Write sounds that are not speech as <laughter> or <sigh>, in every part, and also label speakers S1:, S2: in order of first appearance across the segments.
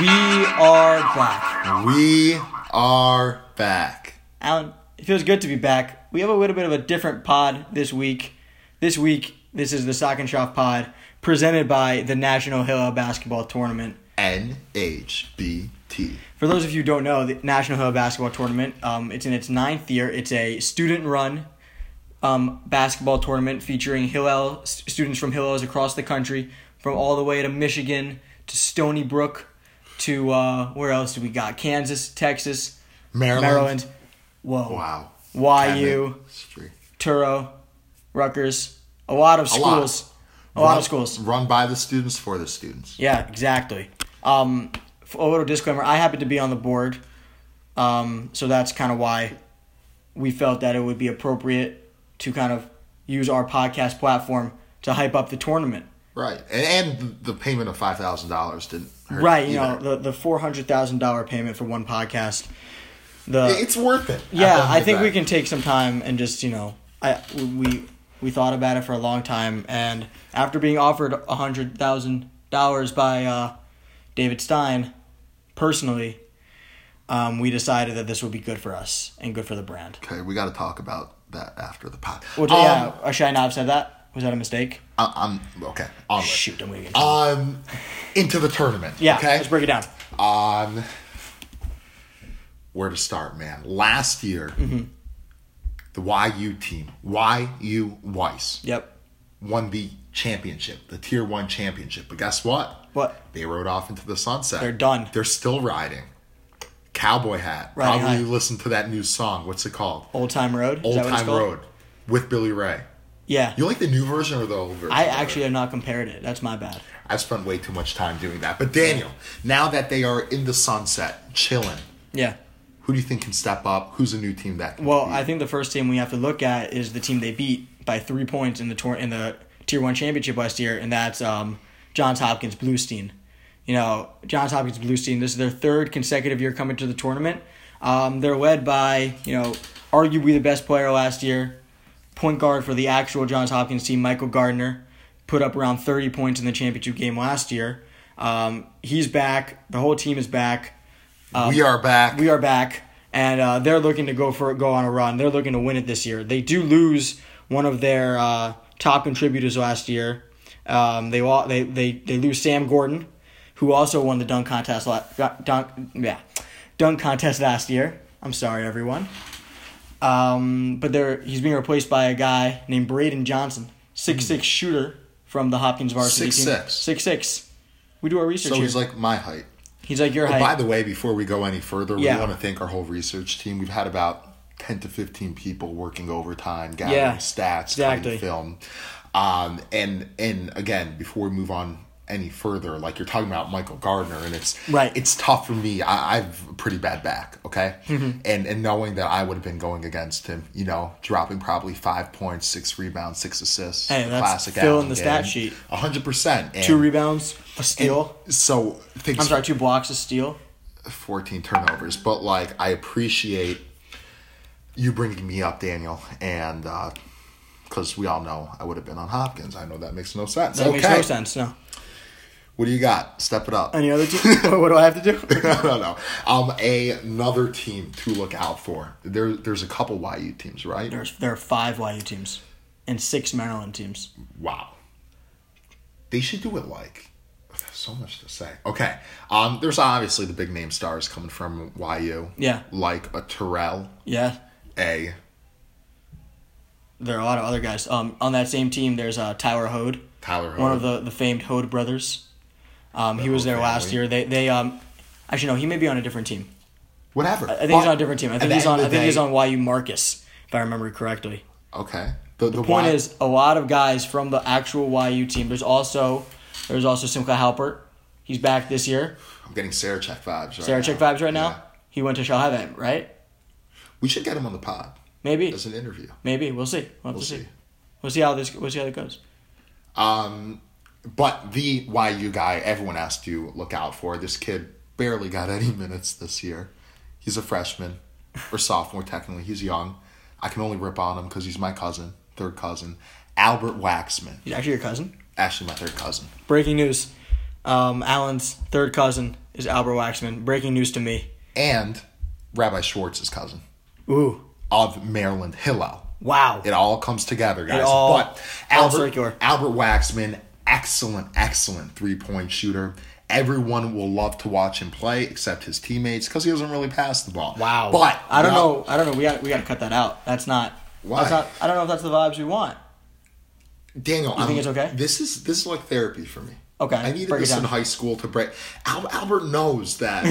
S1: We are back.
S2: We are back.
S1: Alan, it feels good to be back. We have a little bit of a different pod this week. This week, this is the Sock and Shop pod presented by the National Hill Basketball Tournament.
S2: NHBT.
S1: For those of you who don't know, the National Hill Basketball Tournament, um, it's in its ninth year. It's a student run um, basketball tournament featuring Hillel, s- students from Hillels across the country, from all the way to Michigan, to Stony Brook, to uh, where else do we got? Kansas, Texas,
S2: Maryland.
S1: Maryland. Whoa.
S2: Wow.
S1: YU,
S2: Damn it. It's free.
S1: Turo, Rutgers, a lot of
S2: lot.
S1: schools. A lot,
S2: Run-
S1: of schools.
S2: Run by the students for the students.
S1: Yeah, exactly. Um, f- a little disclaimer: I happen to be on the board, um, so that's kind of why we felt that it would be appropriate to kind of use our podcast platform to hype up the tournament.
S2: Right. And, and the payment of $5,000 didn't hurt.
S1: Right, you
S2: either.
S1: know the the four hundred thousand dollar payment for one podcast. The
S2: It's worth it.
S1: Yeah,
S2: At
S1: I
S2: the
S1: think
S2: end
S1: we
S2: of the
S1: can take some time and just you know, I we we thought about it for a long time, and after being offered a hundred thousand dollars by uh, David Stein, personally, um, we decided that this would be good for us and good for the brand.
S2: day. Okay, we got to talk about that after the pod.
S1: Well,
S2: Um,
S1: yeah, or should I not have said that? Was that a mistake?
S2: I, am okay. Onward.
S1: Shoot, I'm gonna get.
S2: Um, into the tournament.
S1: yeah,
S2: Okay.
S1: let's break it down.
S2: on where to start, man. Last year,
S1: Mm-hmm.
S2: the YU team, YU Weiss,
S1: Yep.
S2: won the championship, the Tier 1 championship. But guess what?
S1: What?
S2: They rode off into the sunset.
S1: They're done.
S2: They're still riding. Cowboy hat.
S1: Riding
S2: Probably
S1: high.
S2: listen to that new song. What's it called?
S1: Old Time Road. Is
S2: Old
S1: that what it's
S2: Time
S1: called?
S2: Road with Billy Ray.
S1: Yeah.
S2: You like the new version or the old version?
S1: I
S2: better?
S1: actually have not compared it. That's my bad.
S2: I've spent way too much time doing that. But Daniel, now that they are in the sunset, chilling,
S1: Yeah.
S2: Who do you think can step up? Who's a new team that? Can
S1: Well,
S2: compete?
S1: I think the first team we have to look at is the team they beat by three points in the tour in the Tier One championship last year, and that's um, Johns Hopkins Bluestein. You know, Johns Hopkins Bluestein. This is their third consecutive year coming to the tournament. Um, they're led by you know arguably the best player last year, point guard for the actual Johns Hopkins team, Michael Gardner, put up around 30 points in the championship game last year. Um, he's back. The whole team is back.
S2: we are back.
S1: um, We are back, and uh, they're looking to go for go on a run. They're looking to win it this year. They do lose one of their uh, top contributors last year. Um, they, wa- they they they lose Sam Gordon, who also won the dunk contest la- uh, dunk yeah dunk contest last year. I'm sorry, everyone. Um, but they're he's being replaced by a guy named Braden Johnson, six
S2: Hmm.
S1: six shooter from the Hopkins varsity team.
S2: 6'6".
S1: Six six. We do our research
S2: so
S1: here.
S2: he's like my height.
S1: he's like your height.
S2: By the way, before we go any further,
S1: Yeah.
S2: we want to thank our whole research team. We've had about ten to fifteen people working overtime, gathering
S1: Yeah,
S2: stats,
S1: exactly.
S2: cutting film. Um, and and again, before we move on any further, like you're talking about Michael Gardner, and it's
S1: Right.
S2: It's tough for me. I, I have a pretty bad back. Okay,
S1: Mm-hmm.
S2: and and knowing that I would have been going against him, you know, dropping probably five points, six rebounds, six assists.
S1: Hey,
S2: the
S1: that's fill in
S2: Allen
S1: the stat
S2: game.
S1: sheet.
S2: 100%. And,
S1: two rebounds, a steal.
S2: So, thanks
S1: I'm sorry, two blocks of steel.
S2: 14 turnovers, but like I appreciate you bringing me up, Daniel, and uh because we all know I would have been on Hopkins. I know that makes no sense.
S1: That
S2: okay.
S1: makes no sense. No.
S2: What do you got? Step it up. <laughs>
S1: Any other team? <laughs> what do I have to do?
S2: I don't know. Um, a, another team to look out for. There, there's a couple YU teams,
S1: <laughs>
S2: right?
S1: There's there are five YU teams and six Maryland teams.
S2: Wow. They should do it like so much to say. Okay. Um, there's obviously the big name stars coming from YU.
S1: Yeah.
S2: Like a Terrell,
S1: Yeah,
S2: a
S1: there are a lot of other guys. Um, on that same team, there's uh, Tyler Hode,
S2: Tyler Hode.
S1: one of the the famed Hode brothers. Um, he was
S2: Hode
S1: there last
S2: family.
S1: year. They they um, actually no, he may be on a different team.
S2: whatever.
S1: I think he's on a different team. I think he's on. I think he's on YU Marcus, if I remember correctly.
S2: Okay. The, the,
S1: Point
S2: why-
S1: is, a lot of guys from the actual YU team. There's also there's also Simca Halpert. He's back this year.
S2: I'm getting Sarachek vibes. Right
S1: Sarah check
S2: now.
S1: vibes right now.
S2: Yeah.
S1: He went to Shalhaven, right?
S2: We should get him on the pod
S1: Maybe,
S2: as an interview.
S1: maybe we'll see. We'll, have
S2: We'll
S1: to see.
S2: see.
S1: We'll see how this. We'll see how it goes.
S2: Um, but the YU guy, everyone has to look out for. This kid barely got any <laughs> minutes this year. He's a freshman or sophomore technically. He's young. I can only rip on him because he's my cousin, third cousin, Albert Waxman.
S1: He's actually your cousin.
S2: Ashley, my third cousin.
S1: Breaking news. Um, Allen's third cousin is Albert Waxman. Breaking news to me.
S2: And Rabbi Schwartz's cousin
S1: Ooh.
S2: of Maryland Hillel.
S1: Wow.
S2: It all comes together, guys.
S1: all-
S2: but
S1: all
S2: Albert,
S1: circular.
S2: Albert Waxman, excellent, excellent three point shooter. Everyone will love to watch him play except his teammates because he doesn't really pass the ball.
S1: Wow.
S2: But
S1: I don't
S2: now-
S1: know. I don't know. We got we got to cut that out. That's not.
S2: Why?
S1: That's not, I don't know if that's the vibes we want.
S2: Daniel, I
S1: think it's okay?
S2: This is this is like therapy for me.
S1: Okay,
S2: I needed
S1: break it
S2: this in
S1: down.
S2: high school to break. Al- Albert
S1: <laughs>
S2: knows that.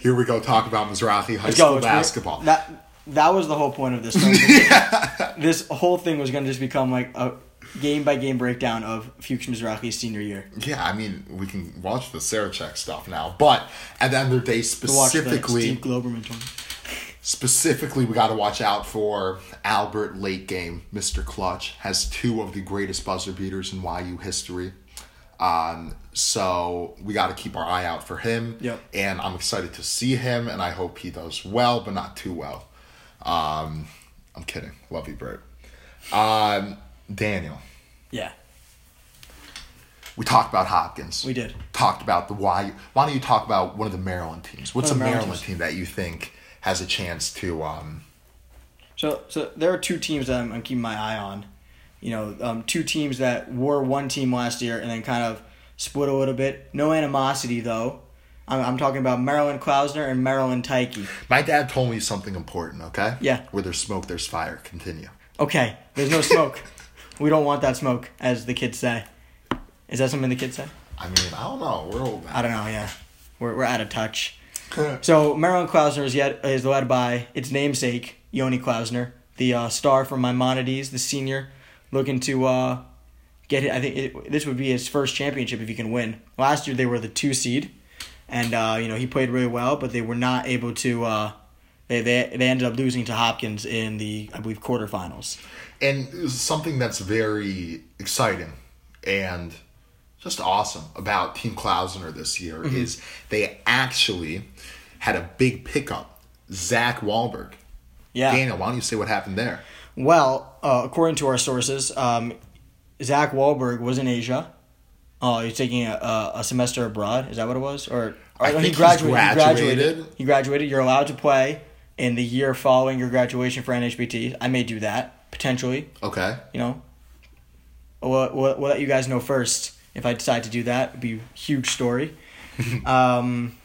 S2: Here we go, talk about Mizrahi high
S1: Let's go.
S2: school
S1: It's weird.
S2: basketball.
S1: That that was the whole point of <laughs> this. whole- This whole thing was going to just become like a game by game breakdown of Fuchs Mizrahi's senior year.
S2: yeah, I mean, we can watch the Sarachek stuff now, but at the end of the
S1: To
S2: day,
S1: watch the
S2: specifically,
S1: Steve Globerman one.
S2: Specifically, we got to watch out for Albert late game. Mr. Clutch has two of the greatest buzzer beaters in YU history. Um, so we got to keep our eye out for him.
S1: Yep.
S2: And I'm excited to see him, and I hope he does well, but not too well. Um, I'm kidding. Love you, Bert. Um, Daniel,
S1: Yeah,
S2: we talked about Hopkins.
S1: we did.
S2: Talked about the YU. Why don't you talk about one of the Maryland teams? What's
S1: One
S2: a
S1: of the
S2: Maryland,
S1: Maryland
S2: team that you think has a chance to? Um,
S1: So, so there are two teams that I'm, I'm keeping my eye on. You know, um, two teams that were one team last year and then kind of split a little bit. No animosity though. I'm, I'm talking about Maryland Klausner and Maryland Tyke.
S2: My dad told me something important, okay?
S1: Yeah.
S2: Where there's smoke, there's fire. Continue.
S1: Okay, there's no smoke. we don't want that smoke, as the kids say. Is that something the kids say?
S2: I mean, I don't know. We're old
S1: I
S2: now.
S1: don't know. Yeah, we're we're out of touch. So Marilyn Klausner is yet is led by its namesake Yoni Klausner, the uh, star from Maimonides, the senior, looking to uh, get. It, I think it, this would be his first championship if he can win. Last year they were the two seed, and uh, you know he played really well, but they were not able to. Uh, they, they they ended up losing to Hopkins in the I believe quarterfinals.
S2: <laughs> And it was something that's very exciting and just awesome about Team Klausner this year
S1: Mm-hmm.
S2: is they actually had a big pickup. Zach Wahlberg.
S1: Yeah.
S2: Daniel, why don't you say what happened there?
S1: Well, uh, according to our sources, um, Zach Wahlberg was in Asia. Uh, he's taking a, a, a semester abroad. Is that what it was? Or, or
S2: I
S1: no, He
S2: think he's
S1: graduated.
S2: graduated.
S1: He graduated. You're allowed to play in the year following your graduation for NHBT. I may do that potentially.
S2: Okay.
S1: You know, we'll, we'll, we'll let you guys know first if I decide to do that. It'd be a huge story. um,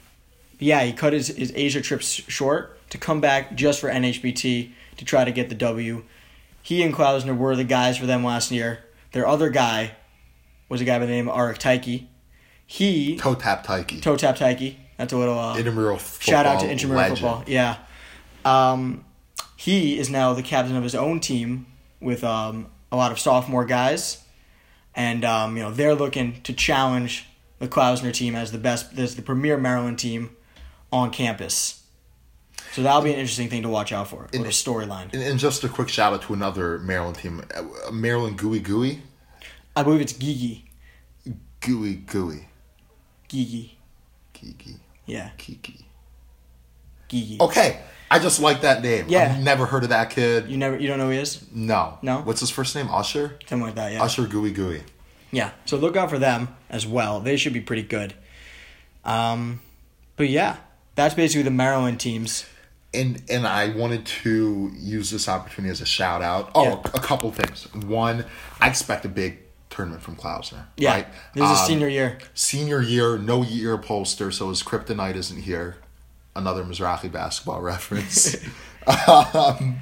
S1: yeah, he cut his, his Asia trips short to come back just for NHBT to try to get the W. He and Klausner were the guys for them last year. Their other guy was a guy by the name of Arik Taiki. He,
S2: Toe tap Tyke.
S1: toe tap Taiki. That's a little. Uh,
S2: Intramural football.
S1: Shout out to intramural
S2: legend.
S1: football. Yeah. Um, he is now the captain of his own team with um, a lot of sophomore guys, and um, you know they're looking to challenge the Klausner team as the best, as the premier Maryland team on campus. So that'll be an interesting thing to watch out for, or a storyline.
S2: And, and just a quick shout out to another Maryland team, uh, Maryland Gooey Gooey.
S1: I believe it's Gigi.
S2: Gooey Gooey.
S1: Gigi.
S2: Kiki.
S1: Yeah,
S2: Kiki.
S1: Gigi.
S2: Okay. I just like that name.
S1: Yeah.
S2: I've never heard of that kid.
S1: You never, you don't know who he is?
S2: No.
S1: No?
S2: What's his first name? Usher?
S1: Something like that. Yeah.
S2: Usher Gooey Gooey.
S1: Yeah. So look out for them as well. They should be pretty good. Um, but yeah, that's basically the Maryland teams.
S2: And and I wanted to use this opportunity as a shout out. Oh,
S1: Yeah.
S2: a couple things. One, I expect a big tournament from Klausner.
S1: Yeah.
S2: Right?
S1: This is
S2: Um,
S1: senior year.
S2: Senior year, no year pollster, so his kryptonite isn't here. Another Mizrahi basketball <laughs> reference. Um,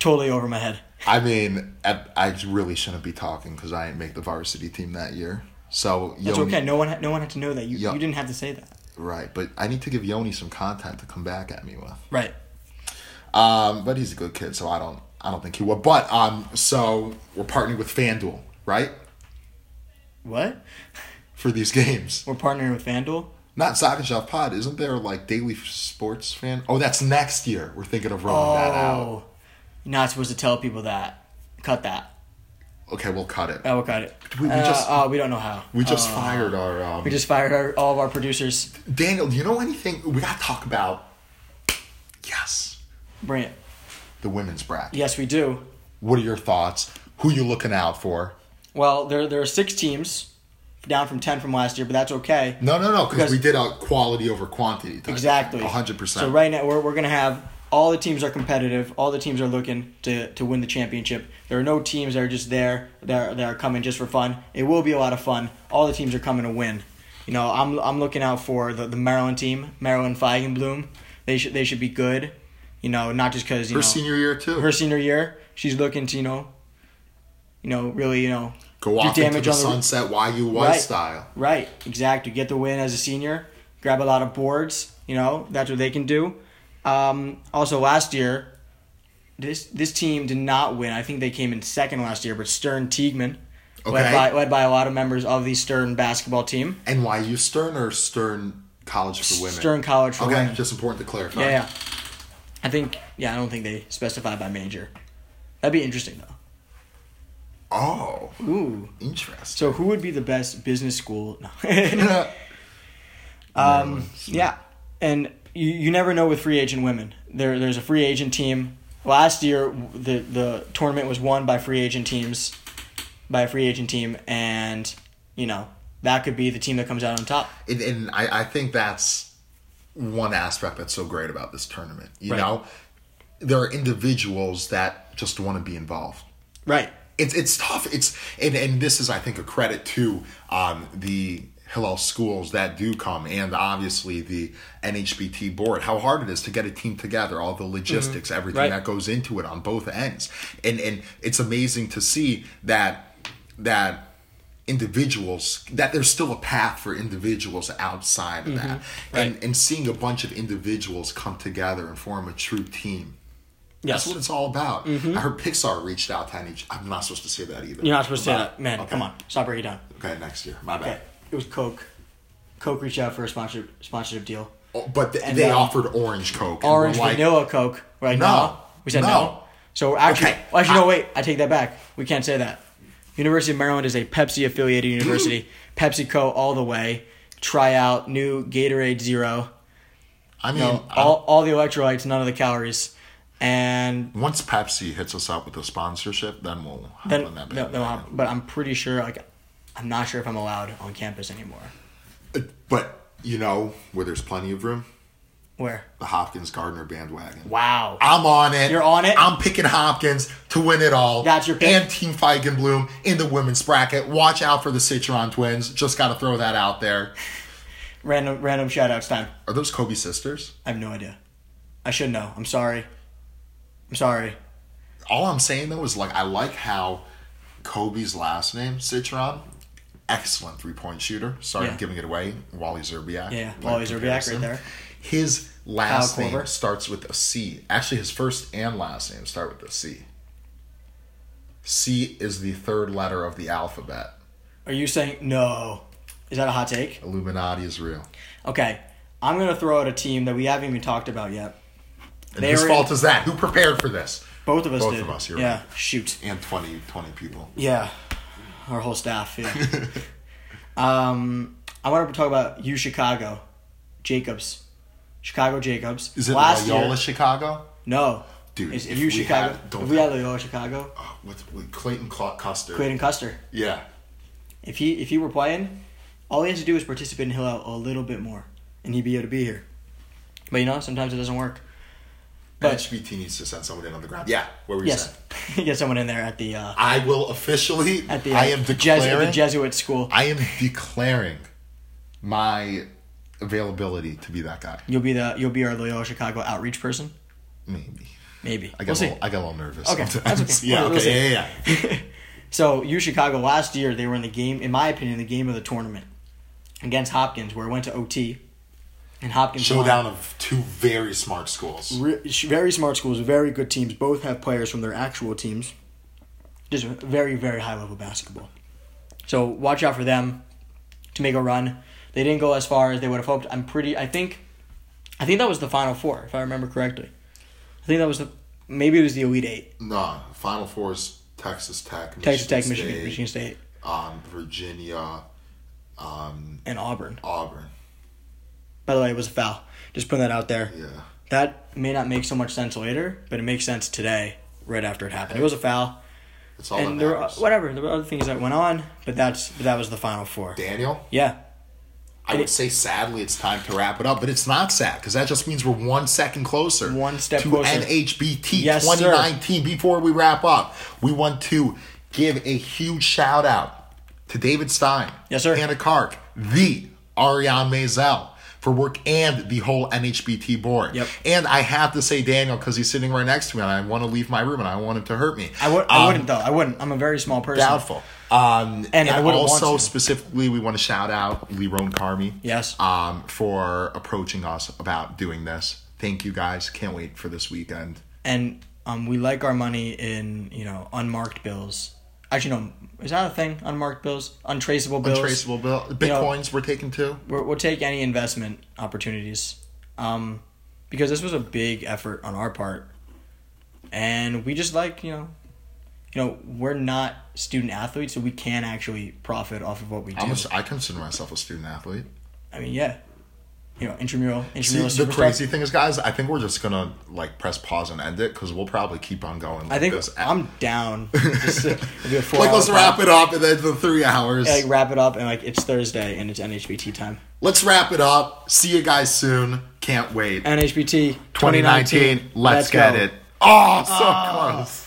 S1: Totally over my head.
S2: I mean, I, I really shouldn't be talking because I didn't make the varsity team that year. So
S1: It's
S2: Yoni-
S1: okay. No one, ha- no one had to know that. You,
S2: Yeah.
S1: you didn't have to say that.
S2: Right, but I need to give Yoni some content to come back at me with.
S1: Right.
S2: Um, but he's a good kid, so I don't I don't think he will. But um, so we're partnering with FanDuel, right,
S1: What?
S2: for these <laughs> games.
S1: We're partnering with FanDuel.
S2: Not Sock and Shop Pod, isn't there like daily sports fan? Oh, that's next year. We're thinking of rolling that
S1: Oh.
S2: out.
S1: You're not supposed to tell people that. Cut that.
S2: Okay, we'll cut it.
S1: Oh, we'll cut it.
S2: We- we
S1: Uh,
S2: just-
S1: oh, we don't know how.
S2: We just
S1: Oh.
S2: fired our um,
S1: We just fired our, all of our producers.
S2: Daniel. Do you know anything? We got to talk about. Yes,
S1: Bring it.
S2: the women's bracket.
S1: Yes, we do.
S2: What are your thoughts? Who you looking out for?
S1: Well, there there are six teams, down from ten from last year, but that's okay.
S2: No, no, no,
S1: Because-
S2: because we did a quality over quantity. type
S1: Exactly.
S2: thing, 100%.
S1: So right now we're, we're going to have all the teams are competitive. All the teams are looking to, to win the championship. There are no teams that are just there that are, that are coming just for fun. It will be a lot of fun. All the teams are coming to win. You know, I'm I'm looking out for the, the Maryland team, Maryland Feigenblum. They should they should be good. You know, not just because you
S2: Her
S1: know
S2: senior year, too.
S1: her senior year, she's looking to you know, you know really you know
S2: Go off into
S1: damage
S2: the
S1: on the-
S2: sunset YU white
S1: Right.
S2: style.
S1: Right, exactly. Get the win as a senior, grab a lot of boards. You know that's what they can do. Um, also, last year, this this team did not win. I think they came in second last year, but Stern Teagman, led
S2: Okay.
S1: by led by a lot of members of the Stern basketball team,
S2: NYU Stern or Stern College for Women?
S1: Stern College for
S2: Okay,
S1: Women.
S2: just important to clarify.
S1: Yeah, yeah. I think yeah. I don't think they specify by major. That'd be interesting though.
S2: Oh,
S1: Ooh.
S2: interesting. <laughs>
S1: So who would be the best business school? <laughs> No. Um, yeah, and you, you never know with free agent women. There there's a free agent team. Last year w- the the tournament was won by free agent teams, by a free agent team, and you know that could be the team that comes out on top.
S2: and, and I, I think that's one aspect that's so great about this tournament. You
S1: Right.
S2: know, there are individuals that just want to be involved.
S1: Right.
S2: It's it's tough. It's and and this is I think a credit to um the Hillel schools that do come and obviously the NHBT board. How hard it is to get a team together, all the logistics, everything
S1: Right.
S2: that goes into it on both ends, and and it's amazing to see that that individuals that there's still a path for individuals outside of that and and seeing a bunch of individuals come together and form a true team
S1: Yes.
S2: that's what it's all about. I heard Pixar reached out to NH. I'm not supposed to say that either.
S1: Mm-hmm. You're not supposed to say
S2: But-
S1: that, man.
S2: okay.
S1: Come on, stop breaking down.
S2: Okay, next year. My
S1: Okay.
S2: bad.
S1: It was Coke. Coke reached out for a sponsorship sponsorship deal.
S2: Oh, but th-
S1: And
S2: they
S1: then-
S2: offered orange Coke. and we're
S1: Orange
S2: like,
S1: vanilla Coke. Right
S2: No.
S1: now, we said no.
S2: No.
S1: So we're actually,
S2: Okay.
S1: well, actually,
S2: I-
S1: no. Wait, I take that back. We can't say that. University of Maryland is a Pepsi
S2: <clears throat>
S1: affiliated university. PepsiCo all the way. Try out new Gatorade Zero.
S2: I mean, I-
S1: All all the electrolytes, none of the calories, and
S2: once Pepsi hits us up with a sponsorship, then we'll hop
S1: then
S2: on that.
S1: no, no,
S2: bandwagon.
S1: I'm- but I'm pretty sure like I'm not sure if I'm allowed on campus anymore.
S2: Uh, But you know where there's plenty of room,
S1: Where?
S2: the Hopkins Gardner bandwagon.
S1: Wow.
S2: I'm on it.
S1: You're on it?
S2: I'm picking Hopkins to win it all.
S1: That's your pick?
S2: And Team Feigenblum in the women's bracket. Watch out for the Citron twins. Just got to throw that out there.
S1: Random random shout outs time.
S2: Are those Kobe sisters?
S1: I have no idea. I should know. I'm sorry. I'm sorry.
S2: all I'm saying though is like I like how Kobe's last name Citron, excellent three point shooter. Sorry,
S1: Yeah.
S2: I'm giving it away. Wally Zerbiak.
S1: Yeah,
S2: like
S1: Wally Zerbiak right
S2: comparison.
S1: there.
S2: His last
S1: Kyle Korver.
S2: name starts with a C. Actually, his first and last name start with a C. C is the third letter of the alphabet.
S1: Are you saying no? Is that a hot take?
S2: Illuminati is real.
S1: Okay, I'm gonna throw out a team that we haven't even talked about yet.
S2: And
S1: They
S2: whose
S1: were-
S2: fault is that? Who prepared for this?
S1: Both of us
S2: Both
S1: did.
S2: of us, you're
S1: yeah.
S2: right.
S1: Shoot.
S2: And 20, 20 people.
S1: Yeah. Our whole staff.
S2: <laughs>
S1: Yeah. um, I want to talk about you, Chicago, Jacobs, Chicago Jacobs.
S2: Is it Loyola, Chicago?
S1: No.
S2: Dude,
S1: It's
S2: if
S1: you
S2: we
S1: Chicago?
S2: had-
S1: If
S2: don't-
S1: we had Loyola Chicago,
S2: Oh, with, with Clayton Cl- Custer.
S1: Quaden Custer.
S2: Yeah.
S1: If he if he were playing, all he has to do is participate in Hillel a little bit more, and he'd be able to be here. But you know, sometimes it doesn't work. But-
S2: But HBT needs to send someone in on the ground. Yeah, what were you
S1: Yes, <laughs>
S2: saying?
S1: get someone in there at the uh,
S2: I will officially.
S1: at the uh,
S2: I am
S1: the Jesuit,
S2: declaring.
S1: the Jesuit school.
S2: I am declaring my availability to be that guy.
S1: You'll be the you'll be our Loyola Chicago outreach person.
S2: Maybe.
S1: Maybe
S2: I got,
S1: we'll
S2: a
S1: see.
S2: little, I got a little nervous.
S1: Okay, that's
S2: sometimes.
S1: okay.
S2: yeah,
S1: We'll- we'll
S2: okay.
S1: see.
S2: yeah, yeah, yeah.
S1: <laughs> So U Chicago last year they were in the game, in my opinion, the game of the tournament against Hopkins, where it went to OT, and Hopkins won.
S2: Showdown of two very smart schools.
S1: Re- very smart schools, very good teams. Both have players from their actual teams. Just very, very high level basketball. So watch out for them to make a run. They didn't go as far as they would have hoped. I'm pretty. I think, I think that was the final four, if I remember correctly. I think that was the maybe it was the elite eight.
S2: No, Final Four is Texas Tech, Michigan
S1: Texas Tech, Michigan,
S2: State,
S1: Michigan State,
S2: Um, Virginia, um,
S1: and Auburn.
S2: Auburn.
S1: By the way, it was a foul. Just putting that out there.
S2: Yeah.
S1: That may not make so much sense later, but it makes sense today, right after it happened. It was a foul.
S2: That's all
S1: and
S2: that
S1: there were,
S2: matters.
S1: whatever there were other things that went on, but that's but that was the final four.
S2: Daniel,
S1: Yeah,
S2: I would say sadly it's time to wrap it up, but it's not sad because that just means we're one second closer.
S1: One step
S2: to
S1: closer.
S2: NHBT
S1: Yes, sir.
S2: 2019. Before we wrap up, we want to give a huge shout out to David Stein,
S1: Yes, sir.
S2: Hannah Kark, the Ariane Mazel. For work and the whole NHBT board.
S1: Yep.
S2: And I have to say Daniel because he's sitting right next to me, and I want to leave my room, and I don't want him to hurt me.
S1: I would. I
S2: Um,
S1: wouldn't though. I wouldn't. I'm a very small person.
S2: Doubtful. Um, and,
S1: I wouldn't want
S2: also
S1: to.
S2: specifically, we want to shout out Lerone Carmi.
S1: Yes.
S2: Um, for approaching us about doing this. Thank you guys. Can't wait for this weekend.
S1: and um, we like our money in you know unmarked bills. Actually, no, is that a thing? Unmarked bills, untraceable bills.
S2: Traceable bill bitcoins we're taking too.
S1: We're, we'll take any investment opportunities, um, because this was a big effort on our part, and we just like you know, you know, we're not student athletes, so we can actually profit off of what we do.
S2: I'm a, I consider myself a student athlete.
S1: I mean, yeah, you know, intramural,
S2: See,
S1: intramural.
S2: the
S1: superstar.
S2: crazy thing is, guys, I think we're just gonna like press pause and end it because we'll probably keep on going. Like
S1: I think
S2: this.
S1: I'm
S2: <laughs>
S1: down. Just, it'll be a four
S2: like let's
S1: hour
S2: wrap
S1: pod.
S2: it up and then the three hours.
S1: Like wrap it up, and like it's Thursday, and it's NHBT time.
S2: Let's wrap it up. See you guys soon. Can't wait.
S1: NHBT
S2: 2019. Let's, get
S1: go.
S2: it. Oh, so close.